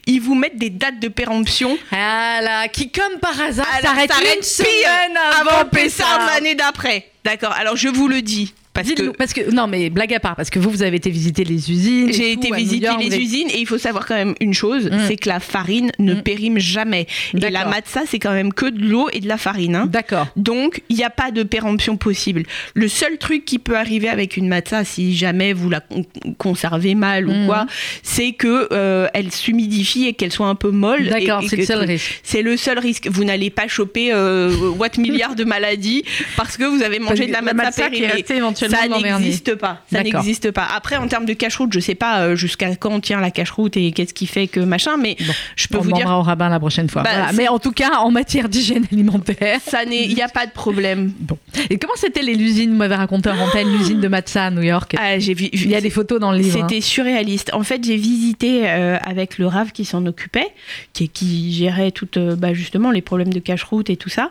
Speaker 2: ils vous mettent des dates de péremption.
Speaker 1: Ah là, qui comme par hasard
Speaker 2: Alors,
Speaker 1: s'arrête
Speaker 2: ça
Speaker 1: Ah, une semaine
Speaker 2: pile
Speaker 1: avant
Speaker 2: Pessard de
Speaker 1: Pessah.
Speaker 2: l'année d'après. D'accord. Alors je vous le dis parce que
Speaker 1: Dites-nous, parce que non mais blague à part parce que vous vous avez été visiter les usines. et
Speaker 2: J'ai
Speaker 1: tout,
Speaker 2: été
Speaker 1: à New
Speaker 2: visiter
Speaker 1: York, vous
Speaker 2: les
Speaker 1: avez-
Speaker 2: usines et il faut savoir quand même une chose,
Speaker 1: Mm.
Speaker 2: c'est que la farine ne
Speaker 1: Mm.
Speaker 2: périme jamais. Et la
Speaker 1: D'accord.
Speaker 2: matza, c'est quand même que de l'eau et de la farine. hein.
Speaker 1: D'accord.
Speaker 2: Donc, il n'y a pas de péremption possible. Le seul truc qui peut arriver avec une matza, si jamais vous la con- conservez mal ou
Speaker 1: Mhm.
Speaker 2: quoi, c'est que euh, elle s'humidifie et qu'elle soit un peu molle. et-
Speaker 1: D'accord,
Speaker 2: et
Speaker 1: c'est le
Speaker 2: que-
Speaker 1: seul risque.
Speaker 2: C'est le seul risque. Vous n'allez pas choper euh, what milliard de maladies parce que vous avez mangé de la matza,
Speaker 1: matza qui est
Speaker 2: périmée.
Speaker 1: restée éventuellement
Speaker 2: Ça
Speaker 1: l'an dernier.
Speaker 2: n'existe pas. Ça
Speaker 1: D'accord.
Speaker 2: n'existe pas. Après, en termes de cache-route, je sais pas euh, jusqu'à quand tient la cache-route et qu'est-ce qui fait que machin, mais
Speaker 1: Bon,
Speaker 2: je peux
Speaker 1: on
Speaker 2: vous dire
Speaker 1: demandera au rabbin la prochaine fois.
Speaker 2: Bah,
Speaker 1: Voilà.
Speaker 2: c'est-
Speaker 1: Mais en tout cas, en matière d'hygiène alimentaire.
Speaker 2: ça n'est, il n'y a pas de problème.
Speaker 1: Bon. Et comment c'était les l'usine Vous m'avez raconté en antenne l'usine de Matza à New York.
Speaker 2: Ah, j'ai vu.
Speaker 1: Il y a des photos dans le livre. hein.
Speaker 2: C'était surréaliste. En fait, j'ai visité euh, avec le RAV qui s'en occupait, qui, qui gérait tout, euh, bah, justement les problèmes de cache-route et tout ça,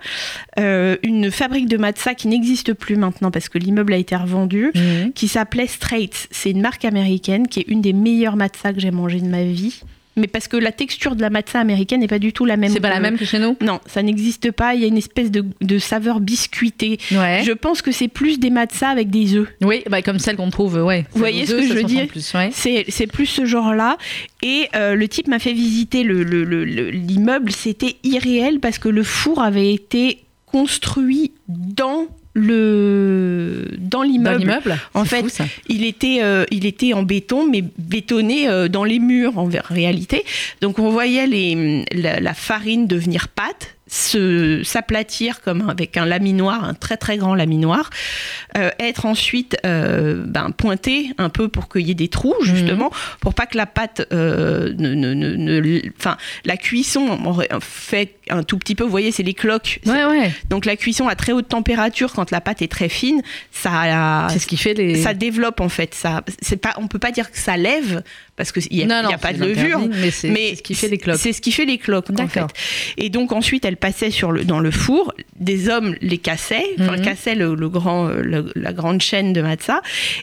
Speaker 2: euh, une fabrique de matzah qui n'existe plus maintenant parce que l'immeuble a été revendu,
Speaker 1: Mhm.
Speaker 2: qui s'appelait Straits. C'est une marque américaine qui est une des meilleures matzahs que j'ai mangé de ma vie. Mais parce que la texture de la matzah américaine n'est pas du tout la même.
Speaker 1: C'est pas
Speaker 2: que-
Speaker 1: la même que chez nous
Speaker 2: Non, ça n'existe pas. Il y a une espèce de, de saveur biscuitée.
Speaker 1: Ouais.
Speaker 2: Je pense que c'est plus des matzahs avec des œufs.
Speaker 1: Oui, bah, comme celle qu'on trouve, euh, ouais.
Speaker 2: Vous voyez ce
Speaker 1: Deux,
Speaker 2: que
Speaker 1: ça
Speaker 2: je
Speaker 1: se
Speaker 2: veux
Speaker 1: ressemble
Speaker 2: dire
Speaker 1: plus, ouais.
Speaker 2: C'est c'est plus ce genre-là. Et euh, le type m'a fait visiter l'immeuble. Le, le- l'immeuble. C'était irréel parce que le four avait été construit dans le dans
Speaker 1: Dans
Speaker 2: l'immeuble.
Speaker 1: l'immeuble
Speaker 2: En
Speaker 1: C'est
Speaker 2: fait,
Speaker 1: fou, ça.
Speaker 2: Il était euh, il était en béton mais bétonné euh, dans les murs en ver- réalité. Donc on voyait les, mm, la, la farine devenir pâte, se s'aplatir comme avec un laminoir, un très très grand laminoir, euh, être ensuite euh, ben, pointée un peu pour qu'il y ait des trous
Speaker 1: Mhm.
Speaker 2: justement, pour pas que la pâte, euh, ne, ne- ne- ne- enfin la cuisson aurait fait un tout petit peu. Vous voyez, c'est les cloques.
Speaker 1: Ouais, ouais.
Speaker 2: Donc la cuisson à très haute température, quand la pâte est très fine, ça
Speaker 1: C'est ce qui fait les.
Speaker 2: ça développe en fait ça c'est pas on peut pas dire que ça lève parce qu'il n'y a,
Speaker 1: Non,
Speaker 2: il y
Speaker 1: non,
Speaker 2: a pas
Speaker 1: c'est
Speaker 2: de levure.
Speaker 1: interdit, mais c'est c'est ce qui fait les clopes.
Speaker 2: C'est ce qui fait les clopes, en
Speaker 1: D'accord.
Speaker 2: fait. Et donc ensuite, elle passait sur le, dans le four. Des hommes les cassaient, enfin
Speaker 1: Mhm.
Speaker 2: cassaient le, le grand, euh, le- la grande chaîne de matzah.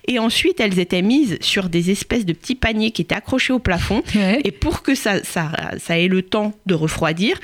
Speaker 2: Et ensuite, elles étaient mises sur des espèces de petits paniers qui étaient accrochés au plafond.
Speaker 1: Ouais.
Speaker 2: Et pour que ça, ça, ça ait le temps de refroidir,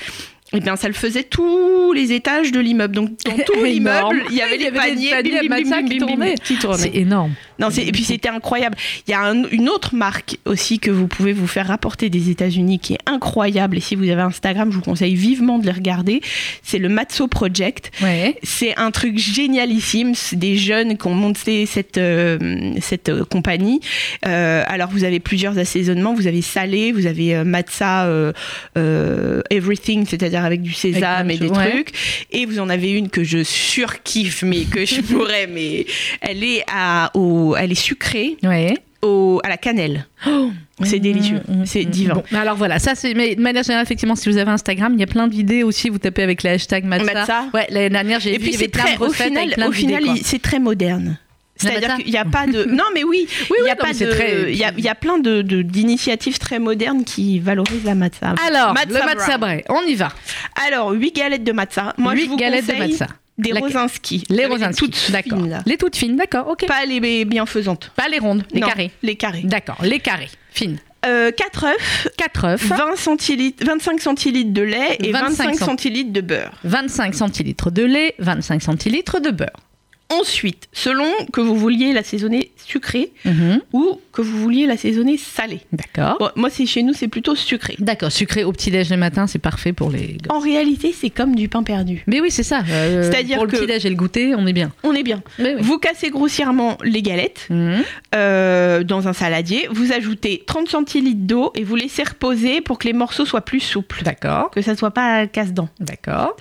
Speaker 2: eh bien, ça le faisait tous les étages de l'immeuble. Donc, dans tout
Speaker 1: Énorme.
Speaker 2: l'immeuble, il y avait
Speaker 1: Il y
Speaker 2: des
Speaker 1: avait des
Speaker 2: paniers,
Speaker 1: paniers
Speaker 2: bim,
Speaker 1: à
Speaker 2: bim,
Speaker 1: matzah
Speaker 2: bim,
Speaker 1: qui
Speaker 2: bim, bim,
Speaker 1: tournaient.
Speaker 2: qui tournaient.
Speaker 1: C'est énorme.
Speaker 2: Non, c'est- et puis c'était incroyable. Il y a un- une autre marque aussi que vous pouvez vous faire rapporter des États-Unis qui est incroyable. Et si vous avez Instagram, je vous conseille vivement de les regarder. C'est le Matzo Project.
Speaker 1: Ouais.
Speaker 2: C'est un truc génialissime. C'est des jeunes qui ont monté cette, euh, cette euh, compagnie. Euh, alors, vous avez plusieurs assaisonnements. Vous avez salé, vous avez euh, matza, euh, euh, everything, c'est-à-dire avec du sésame
Speaker 1: Avec plein
Speaker 2: et
Speaker 1: de
Speaker 2: des
Speaker 1: choses, ouais.
Speaker 2: trucs. Et vous en avez une que je surkiffe, mais que je pourrais, mais elle est, à, au, elle est sucrée
Speaker 1: Ouais.
Speaker 2: au, à la cannelle.
Speaker 1: Oh.
Speaker 2: c'est délicieux.
Speaker 1: Mm,
Speaker 2: c'est divin.
Speaker 1: Mmh, Bon, mais alors voilà, ça c'est. Mais de manière générale, effectivement, si vous avez Instagram, il y a plein d'idées aussi. Vous tapez avec le hashtag matcha.
Speaker 2: Matcha.
Speaker 1: Ouais, l'année dernière, j'ai
Speaker 2: Et
Speaker 1: vu
Speaker 2: puis
Speaker 1: il y avait
Speaker 2: c'est
Speaker 1: plein
Speaker 2: très,
Speaker 1: de
Speaker 2: au
Speaker 1: recettes
Speaker 2: final,
Speaker 1: avec plein
Speaker 2: au
Speaker 1: d'idées,
Speaker 2: final,
Speaker 1: quoi.
Speaker 2: il- c'est très moderne.
Speaker 1: bah
Speaker 2: C'est-à-dire
Speaker 1: ça.
Speaker 2: qu'il n'y a pas de. Non, mais oui, il
Speaker 1: oui,
Speaker 2: n'y a
Speaker 1: non, mais
Speaker 2: pas
Speaker 1: c'est
Speaker 2: de.
Speaker 1: très-
Speaker 2: Il y a, il y a plein de, de- d'initiatives très modernes qui valorisent la matzah.
Speaker 1: Alors, le
Speaker 2: brown.
Speaker 1: matcha bray, on y va.
Speaker 2: Alors, 8 galettes de matzah. Moi,
Speaker 1: Huit
Speaker 2: je vous
Speaker 1: galettes de
Speaker 2: conseille
Speaker 1: matcha.
Speaker 2: Des
Speaker 1: Laquelle
Speaker 2: Rosinski.
Speaker 1: Les
Speaker 2: Avec des
Speaker 1: rosinski.
Speaker 2: toutes
Speaker 1: D'accord.
Speaker 2: fines, là.
Speaker 1: Les toutes fines, d'accord, ok. Pas,
Speaker 2: Pas les bienfaisantes.
Speaker 1: les rondes, les
Speaker 2: Non,
Speaker 1: carrés.
Speaker 2: Les carrés.
Speaker 1: D'accord, les carrés, fines.
Speaker 2: Euh, 4 œufs,
Speaker 1: 4 œufs,
Speaker 2: 20 centilitres, 25 centilitres de lait et
Speaker 1: 25
Speaker 2: 25, centilitres de beurre.
Speaker 1: 25 centilitres de lait, 25 centilitres de beurre.
Speaker 2: Ensuite, selon que vous vouliez l'assaisonner sucré
Speaker 1: Mhm,
Speaker 2: ou que vous vouliez l'assaisonner salé.
Speaker 1: D'accord.
Speaker 2: Bon, moi, c'est chez nous, c'est plutôt sucré.
Speaker 1: D'accord, sucré au petit-déj le matin, c'est parfait pour les.
Speaker 2: En réalité, c'est comme du pain perdu.
Speaker 1: Mais oui, c'est ça. euh,
Speaker 2: C'est-à-dire
Speaker 1: pour
Speaker 2: que-
Speaker 1: le petit-déj et le goûter, on est bien.
Speaker 2: On est bien.
Speaker 1: Mais
Speaker 2: Vous cassez grossièrement les galettes
Speaker 1: Mhm.
Speaker 2: euh, dans un saladier, vous ajoutez 30 centilitres d'eau et vous laissez reposer pour que les morceaux soient plus souples.
Speaker 1: D'accord,
Speaker 2: Que ça soit pas casse-dents.
Speaker 1: d'accord.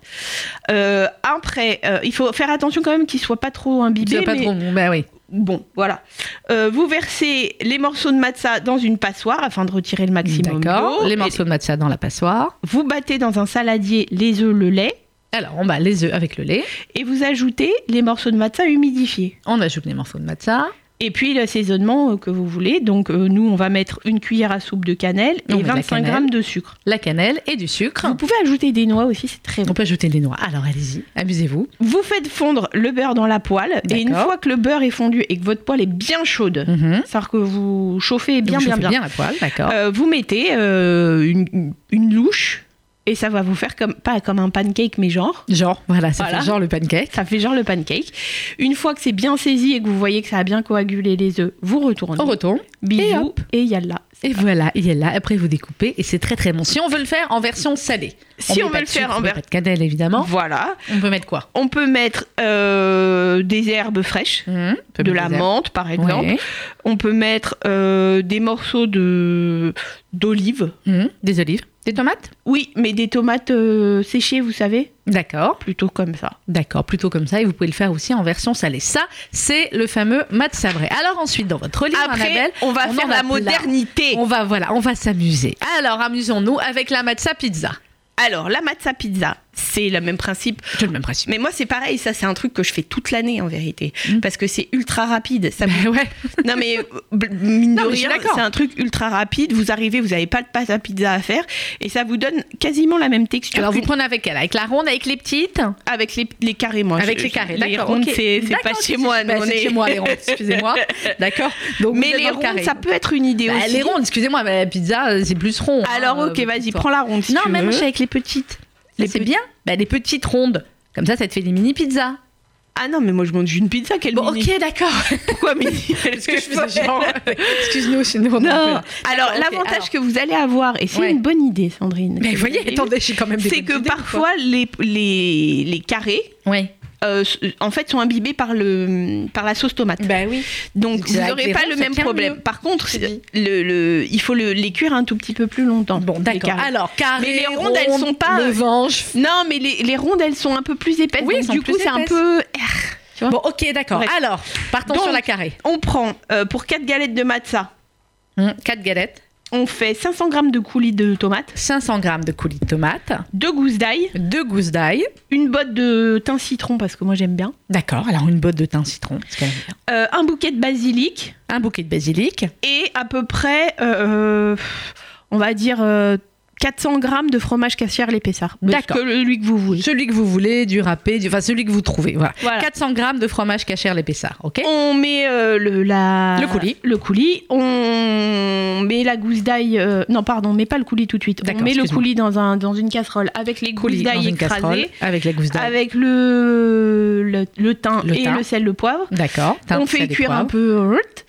Speaker 2: Euh, après, euh, il faut faire attention quand même qu'il soit pas trop imbibé.
Speaker 1: C'est pas
Speaker 2: mais
Speaker 1: trop bon, bah oui.
Speaker 2: Bon, voilà. Euh, vous versez les morceaux de matzah dans une passoire afin de retirer le maximum
Speaker 1: D'accord.
Speaker 2: d'eau.
Speaker 1: Les
Speaker 2: Et
Speaker 1: morceaux de matcha dans la passoire.
Speaker 2: Vous battez dans un saladier les œufs, le lait
Speaker 1: Alors, on bat les œufs avec le lait.
Speaker 2: et vous ajoutez les morceaux de matzah humidifiés.
Speaker 1: On ajoute les morceaux de matcha.
Speaker 2: Et puis l'assaisonnement euh, que vous voulez. Donc euh, nous, on va mettre une cuillère à soupe de cannelle
Speaker 1: On
Speaker 2: et
Speaker 1: met de la
Speaker 2: 25
Speaker 1: cannelle.
Speaker 2: grammes de sucre.
Speaker 1: la cannelle et du sucre.
Speaker 2: Vous pouvez ajouter des noix aussi, c'est très bon.
Speaker 1: On peut ajouter des noix. Alors allez-y, amusez-vous.
Speaker 2: Vous faites fondre le beurre dans la poêle et une
Speaker 1: D'accord.
Speaker 2: fois que le beurre est fondu et que votre poêle est bien chaude, c'est-à-dire que Mhm. vous chauffez bien,
Speaker 1: Donc,
Speaker 2: bien,
Speaker 1: chauffez
Speaker 2: bien,
Speaker 1: la poêle, d'accord.
Speaker 2: euh, vous mettez euh, une, une louche et ça va vous faire comme pas comme un pancake mais genre.
Speaker 1: Genre, voilà, ça
Speaker 2: Voilà.
Speaker 1: fait genre le pancake.
Speaker 2: Ça fait genre le pancake. Une fois que c'est bien saisi et que vous voyez que ça a bien coagulé les œufs, vous retournez.
Speaker 1: On retourne. Et
Speaker 2: Bisous
Speaker 1: hop.
Speaker 2: et yalla.
Speaker 1: Et voilà, il est là. Après, vous découpez et c'est très très bon. Si on veut le faire en version salée.
Speaker 2: Si on
Speaker 1: met pas
Speaker 2: veut le
Speaker 1: de sucre,
Speaker 2: faire en
Speaker 1: on met
Speaker 2: ver-
Speaker 1: pas de cannelle évidemment.
Speaker 2: Voilà.
Speaker 1: On peut mettre quoi
Speaker 2: On peut mettre euh, des herbes fraîches,
Speaker 1: Hum, on peut
Speaker 2: de
Speaker 1: mettre
Speaker 2: la
Speaker 1: des herbes.
Speaker 2: menthe par exemple.
Speaker 1: Ouais.
Speaker 2: On peut mettre euh, des morceaux de d'olives.
Speaker 1: Hum, Des olives, des tomates.
Speaker 2: Oui, mais des tomates euh, séchées, vous savez,
Speaker 1: D'accord,
Speaker 2: plutôt comme ça.
Speaker 1: d'accord, plutôt comme ça. Et vous pouvez le faire aussi en version salée. Ça, c'est le fameux mat sabré. Alors ensuite, dans votre livre, Annabelle,
Speaker 2: Après, on va
Speaker 1: en
Speaker 2: faire
Speaker 1: a
Speaker 2: la
Speaker 1: plein.
Speaker 2: modernité.
Speaker 1: On va voilà, on va s'amuser. Alors amusons-nous avec la matza pizza.
Speaker 2: Alors, la matza pizza, c'est le même principe.
Speaker 1: C'est le même principe.
Speaker 2: Mais moi, c'est pareil, ça, c'est un truc que je fais toute l'année en vérité, parce que c'est ultra rapide. Ça
Speaker 1: Ben
Speaker 2: vous-
Speaker 1: Hmm. ouais.
Speaker 2: non mais euh, b- mine de
Speaker 1: Non, mais je suis
Speaker 2: rien,
Speaker 1: d'accord.
Speaker 2: c'est un truc ultra rapide. Vous arrivez, vous n'avez pas de pâte à pizza à faire, et ça vous donne quasiment la même texture.
Speaker 1: Alors vous
Speaker 2: qu'une-
Speaker 1: prenez avec elle, avec la ronde, avec les petites,
Speaker 2: avec les, les carrés, moi.
Speaker 1: avec
Speaker 2: je-
Speaker 1: les
Speaker 2: je-
Speaker 1: carrés.
Speaker 2: Les
Speaker 1: D'accord.
Speaker 2: rondes,
Speaker 1: ok.
Speaker 2: c'est c'est
Speaker 1: D'accord,
Speaker 2: pas
Speaker 1: si,
Speaker 2: chez
Speaker 1: si,
Speaker 2: moi.
Speaker 1: si,
Speaker 2: nous,
Speaker 1: bah,
Speaker 2: on
Speaker 1: c'est
Speaker 2: est-
Speaker 1: chez moi les rondes. Excusez-moi. D'accord. Donc vous
Speaker 2: Mais
Speaker 1: êtes
Speaker 2: les
Speaker 1: dans le
Speaker 2: rondes,
Speaker 1: carré.
Speaker 2: ça peut être une idée
Speaker 1: Bah,
Speaker 2: aussi.
Speaker 1: les rondes. Excusez-moi, mais la pizza euh, c'est plus rond.
Speaker 2: Alors
Speaker 1: hein,
Speaker 2: ok,
Speaker 1: euh,
Speaker 2: vas-y,
Speaker 1: toi.
Speaker 2: prends la ronde. si
Speaker 1: Non,
Speaker 2: tu
Speaker 1: même
Speaker 2: veux.
Speaker 1: moi, je suis avec les petites.
Speaker 2: Les
Speaker 1: c'est
Speaker 2: petites.
Speaker 1: bien. Bah, les petites rondes. Comme ça, ça te fait des mini pizzas.
Speaker 2: Ah non, mais moi je mange une pizza. Quelle
Speaker 1: Bon,
Speaker 2: mini
Speaker 1: ok, d'accord.
Speaker 2: Pourquoi mini
Speaker 1: Parce que je faisais genre. Excuse-nous, sinon. on en
Speaker 2: Non.
Speaker 1: peut.
Speaker 2: Alors
Speaker 1: ok, alors.
Speaker 2: l'avantage que vous allez avoir, et c'est
Speaker 1: Ouais.
Speaker 2: une bonne idée, Sandrine.
Speaker 1: Mais
Speaker 2: que
Speaker 1: vous
Speaker 2: vous
Speaker 1: voyez,
Speaker 2: avez eue,
Speaker 1: attendez, je suis quand même. des
Speaker 2: c'est
Speaker 1: bonnes
Speaker 2: que
Speaker 1: idées, quoi.
Speaker 2: parfois les, les, les carrés
Speaker 1: Oui.
Speaker 2: euh, s- en fait sont imbibés par le par la sauce tomate.
Speaker 1: Bah oui.
Speaker 2: Donc
Speaker 1: C'est
Speaker 2: vous
Speaker 1: avec
Speaker 2: n'aurez
Speaker 1: des
Speaker 2: pas
Speaker 1: ronds,
Speaker 2: le
Speaker 1: ça
Speaker 2: même
Speaker 1: tient
Speaker 2: problème.
Speaker 1: mieux.
Speaker 2: Par contre,
Speaker 1: C'est dit.
Speaker 2: le, le- il faut le- les cuire un tout petit peu plus longtemps.
Speaker 1: Bon,
Speaker 2: les
Speaker 1: d'accord.
Speaker 2: carrés.
Speaker 1: Alors, carré,
Speaker 2: Mais les rondes, elles sont pas-
Speaker 1: Levange.
Speaker 2: Non, mais les, les rondes elles sont un peu plus épaisses.
Speaker 1: Oui,
Speaker 2: donc
Speaker 1: elles sont
Speaker 2: du
Speaker 1: plus
Speaker 2: coup, c'est un
Speaker 1: épaisses.
Speaker 2: peu tu vois.
Speaker 1: Bon, ok, d'accord.
Speaker 2: Bref.
Speaker 1: Alors, partons
Speaker 2: Donc-
Speaker 1: sur la carré.
Speaker 2: On prend euh, pour 4 galettes de matzah,
Speaker 1: 4 hmm, galettes.
Speaker 2: on fait 500 grammes de coulis de tomates,
Speaker 1: 500 grammes de coulis de tomates,
Speaker 2: deux gousses d'ail,
Speaker 1: deux gousses d'ail.
Speaker 2: une botte de thym citron parce que moi j'aime bien,
Speaker 1: D'accord, alors une botte de thym citron. parce qu'elle aime bien.
Speaker 2: euh, un bouquet de basilic
Speaker 1: Un bouquet de basilic.
Speaker 2: et à peu près, euh, on va dire, euh, 400 grammes de fromage cassière l'épaisseur.
Speaker 1: D'accord.
Speaker 2: Que lui que vous voulez.
Speaker 1: Celui que vous voulez, du râpé, du- enfin celui que vous trouvez. Voilà.
Speaker 2: Voilà.
Speaker 1: 400 grammes de fromage cachère l'épaissard, ok
Speaker 2: On met euh, le, la...
Speaker 1: Le coulis.
Speaker 2: Le coulis. On met la gousse d'ail. euh, Non, pardon, mais pas le coulis tout de suite. On
Speaker 1: D'accord,
Speaker 2: met le
Speaker 1: excuse-moi.
Speaker 2: coulis dans, un, dans une casserole avec les gousses
Speaker 1: Coulis dans
Speaker 2: d'ail
Speaker 1: une casserole
Speaker 2: écrasées,
Speaker 1: avec la gousse d'ail.
Speaker 2: avec le, le, le thym
Speaker 1: Le
Speaker 2: et
Speaker 1: thym.
Speaker 2: le sel, le poivre.
Speaker 1: D'accord. Thym,
Speaker 2: on fait
Speaker 1: sel et
Speaker 2: cuire un
Speaker 1: poivre.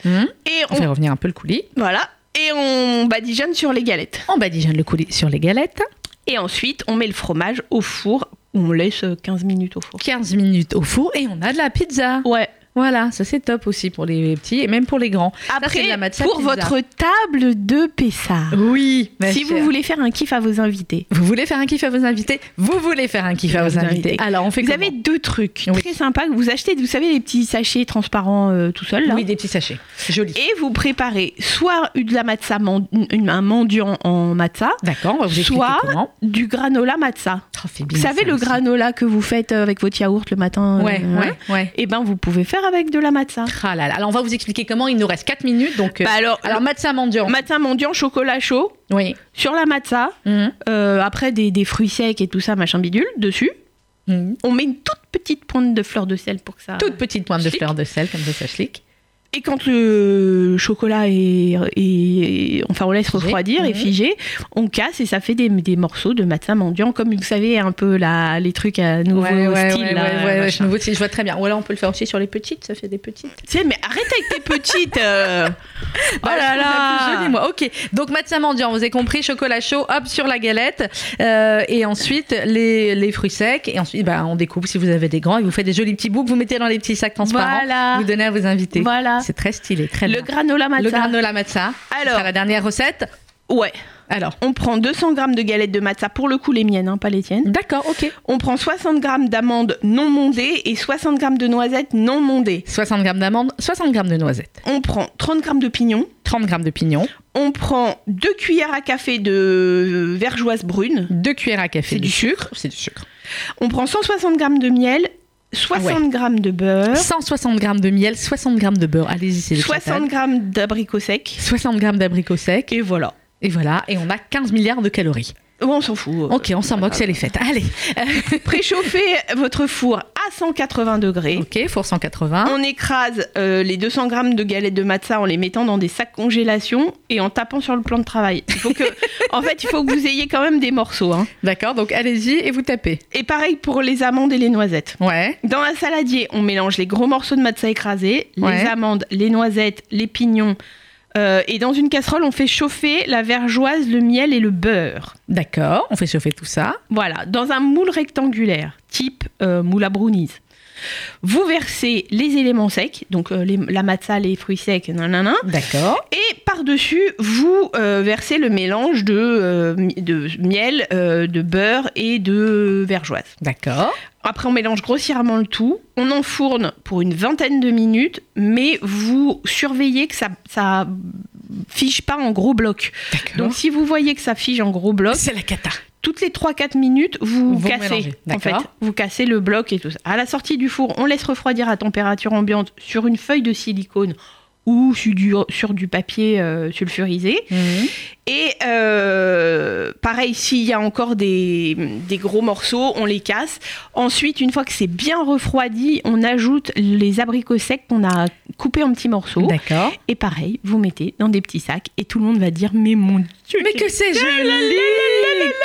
Speaker 2: peu.
Speaker 1: Mhm.
Speaker 2: Et
Speaker 1: On fait
Speaker 2: on,
Speaker 1: revenir un peu le coulis.
Speaker 2: voilà, et on badigeonne sur les galettes.
Speaker 1: On badigeonne le coulis sur les galettes.
Speaker 2: Et ensuite, on met le fromage au four. On laisse euh, 15 minutes au four.
Speaker 1: 15 minutes au four et on a de la pizza.
Speaker 2: Ouais.
Speaker 1: Voilà, ça c'est top aussi pour les petits et même pour les grands. c'est
Speaker 2: Après,
Speaker 1: de la matcha
Speaker 2: pour
Speaker 1: pizza.
Speaker 2: votre table de Pessard.
Speaker 1: Oui, ma
Speaker 2: Si vous
Speaker 1: chère.
Speaker 2: voulez faire un kiff à vos invités,
Speaker 1: Vous voulez faire un kiff à vos invités Vous voulez faire un kiff à vos invités. Alors on fait
Speaker 2: Vous
Speaker 1: comment
Speaker 2: avez deux trucs
Speaker 1: Oui.
Speaker 2: très sympas que vous achetez, vous savez, les petits sachets transparents euh, tout seuls. là.
Speaker 1: Oui, des petits sachets. Joli.
Speaker 2: Et vous préparez soit une- de la matza, man- une- un mendiant en matza,
Speaker 1: D'accord, on va vous expliquer
Speaker 2: Soit-
Speaker 1: comment.
Speaker 2: du granola matza.
Speaker 1: Oh, fais bien
Speaker 2: Vous savez
Speaker 1: ça
Speaker 2: le
Speaker 1: aussi.
Speaker 2: granola que vous faites euh, avec votre yaourt le matin
Speaker 1: Ouais,
Speaker 2: euh, hein
Speaker 1: ouais, ouais.
Speaker 2: Eh ben, vous pouvez faire avec de la matza.
Speaker 1: Ah là là. Alors on va vous expliquer comment. Il nous reste 4 minutes, donc. euh,
Speaker 2: Bah alors,
Speaker 1: alors matza mendiant.
Speaker 2: matin mendiant, chocolat chaud,
Speaker 1: Oui.
Speaker 2: sur la matza,
Speaker 1: Mhm.
Speaker 2: euh, après des, des fruits secs et tout ça, machin bidule, dessus. Ah.
Speaker 1: Mhm.
Speaker 2: On met une toute petite pointe de fleur de sel pour que ça...
Speaker 1: Toute petite pointe de
Speaker 2: Chic.
Speaker 1: fleur de sel comme ça, ça chlique.
Speaker 2: Et quand le chocolat est, est- enfin on laisse
Speaker 1: Figé.
Speaker 2: refroidir et
Speaker 1: Mhm.
Speaker 2: figé, on casse et ça fait des, des morceaux de matza mendiant, comme vous savez un peu la, les trucs à nouveau style.
Speaker 1: ouais, ouais,
Speaker 2: là,
Speaker 1: ouais, ouais, je,
Speaker 2: machin.
Speaker 1: nouveau, je vois très bien. Ou alors on peut le faire aussi sur les petites, ça fait des petites.
Speaker 2: Tu sais, mais arrête avec tes petites. euh. Oh
Speaker 1: Voilà,
Speaker 2: là
Speaker 1: Ah, Bah, je trouve ça plus
Speaker 2: là.
Speaker 1: joli, moi. Ok, donc matza mendiant, vous avez compris, chocolat chaud, hop, sur la galette. Euh, et ensuite, les, les fruits secs. Et ensuite, bah, on découpe si vous avez des grands et vous faites des jolis petits bouts que vous mettez dans les petits sacs transparents.
Speaker 2: Voilà.
Speaker 1: Vous donnez à vos invités.
Speaker 2: Voilà.
Speaker 1: C'est très stylé, très
Speaker 2: Le
Speaker 1: bien.
Speaker 2: granola matza.
Speaker 1: Le granola matza.
Speaker 2: Alors.
Speaker 1: Ce sera la dernière recette.
Speaker 2: Ouais.
Speaker 1: Alors.
Speaker 2: On prend 200 grammes de galettes de matza, pour le coup les miennes, hein, pas les tiennes.
Speaker 1: D'accord, ok.
Speaker 2: On prend 60 grammes d'amandes non mondées et 60 grammes de noisettes non mondées.
Speaker 1: 60 grammes d'amandes, 60 grammes de noisettes,
Speaker 2: On prend 30 grammes de pignons.
Speaker 1: 30 grammes de pignons,
Speaker 2: On prend deux cuillères à café de vergeoise brune.
Speaker 1: 2 cuillères à café.
Speaker 2: C'est du
Speaker 1: sucre. C'est du sucre.
Speaker 2: On prend 160 grammes de miel,
Speaker 1: Ah
Speaker 2: 60 grammes de
Speaker 1: Hein
Speaker 2: beurre,
Speaker 1: 160 grammes de miel, 60 grammes de beurre. Allez-y, c'est des
Speaker 2: 60
Speaker 1: platanes.
Speaker 2: grammes d'abricots secs.
Speaker 1: 60 grammes d'abricots secs.
Speaker 2: Et voilà.
Speaker 1: Et voilà, et on a 15 milliards de calories.
Speaker 2: Bon, on s'en fout.
Speaker 1: Ok, on s'en moque, c'est les fêtes. Allez.
Speaker 2: Préchauffez votre four à 180 degrés.
Speaker 1: Ok, four 180.
Speaker 2: On écrase euh, les 200 grammes de galettes de matza en les mettant dans des sacs congélation et en tapant sur le plan de travail. Il faut que, en fait, il faut que vous ayez quand même des morceaux. hein.
Speaker 1: D'accord, donc allez-y et vous tapez.
Speaker 2: Et pareil pour les amandes et les noisettes.
Speaker 1: Ouais.
Speaker 2: Dans un saladier, on mélange les gros morceaux de matza écrasés,
Speaker 1: Ouais.
Speaker 2: les amandes, les noisettes, les pignons. euh, et dans une casserole, on fait chauffer la vergeoise, le miel et le beurre.
Speaker 1: D'accord, on fait chauffer tout ça.
Speaker 2: Voilà, dans un moule rectangulaire, type euh, moule à brownies. Vous versez les éléments secs, donc euh, les- la matza, les fruits secs, nanana.
Speaker 1: D'accord.
Speaker 2: Et par-dessus, vous euh, versez le mélange de, euh, mi- de miel, euh, de beurre et de vergeoise.
Speaker 1: D'accord.
Speaker 2: Après, on mélange grossièrement le tout. On enfourne pour une vingtaine de minutes, mais vous surveillez que ça, ça fiche pas en gros bloc.
Speaker 1: D'accord.
Speaker 2: Donc, si vous voyez que ça fige en gros bloc,
Speaker 1: C'est la cata.
Speaker 2: toutes les 3-4 minutes, vous,
Speaker 1: Vous mélangez,
Speaker 2: cassez. En fait,
Speaker 1: d'accord.
Speaker 2: vous cassez le bloc et tout ça. À la sortie du four, on laisse refroidir à température ambiante sur une feuille de silicone ou sur du, sur du papier euh, sulfurisé.
Speaker 1: Mmh.
Speaker 2: Et euh, pareil, s'il y a encore des, des gros morceaux, on les casse. Ensuite, une fois que c'est bien refroidi, on ajoute les abricots secs qu'on a coupés en petits morceaux.
Speaker 1: D'accord.
Speaker 2: Et pareil, vous mettez dans des petits sacs et tout le monde va dire Mais mon Dieu
Speaker 1: Mais
Speaker 2: quel-
Speaker 1: que c'est joli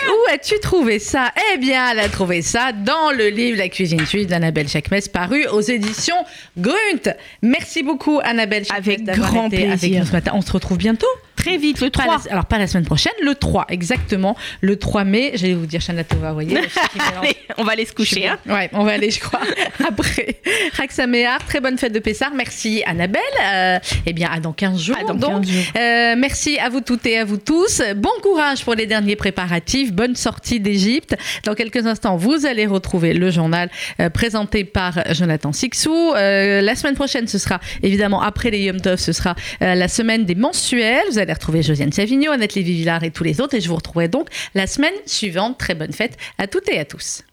Speaker 1: Où as-tu trouvé ça Eh bien, elle a trouvé ça dans le livre La cuisine suisse d'Annabelle Chakmes, paru aux éditions Grunt. Merci beaucoup, Annabelle Chakmes,
Speaker 2: Avec
Speaker 1: d'avoir
Speaker 2: grand
Speaker 1: été avec
Speaker 2: plaisir.
Speaker 1: nous ce matin. On se retrouve bientôt.
Speaker 2: Très vite, le
Speaker 1: Pas
Speaker 2: 3
Speaker 1: la- alors, pas la semaine prochaine, le 3, exactement. Le 3 mai, j'allais vous dire Shana Tova, vous voyez. le chien qui mélange.
Speaker 2: Allez, on va aller se coucher. hein.
Speaker 1: Ouais, on va aller, je crois. Après, Raksa Mehar, très bonne fête de Pessard. Merci, Annabelle. Euh, eh bien, à dans 15 jours.
Speaker 2: À dans
Speaker 1: donc.
Speaker 2: 15 jours.
Speaker 1: Euh, merci à vous toutes et à vous tous. Bon courage pour les derniers préparatifs. Bonne sortie d'Égypte. Dans quelques instants, vous allez retrouver le journal euh, présenté par Jonathan Sixou. Euh, la semaine prochaine, ce sera évidemment après les Yom Tov, ce sera euh, la semaine des mensuels. Vous allez allez retrouver Josiane Savigno, Annette Lévy-Villard et tous les autres. Et je vous retrouverai donc la semaine suivante. Très bonne fête à toutes et à tous.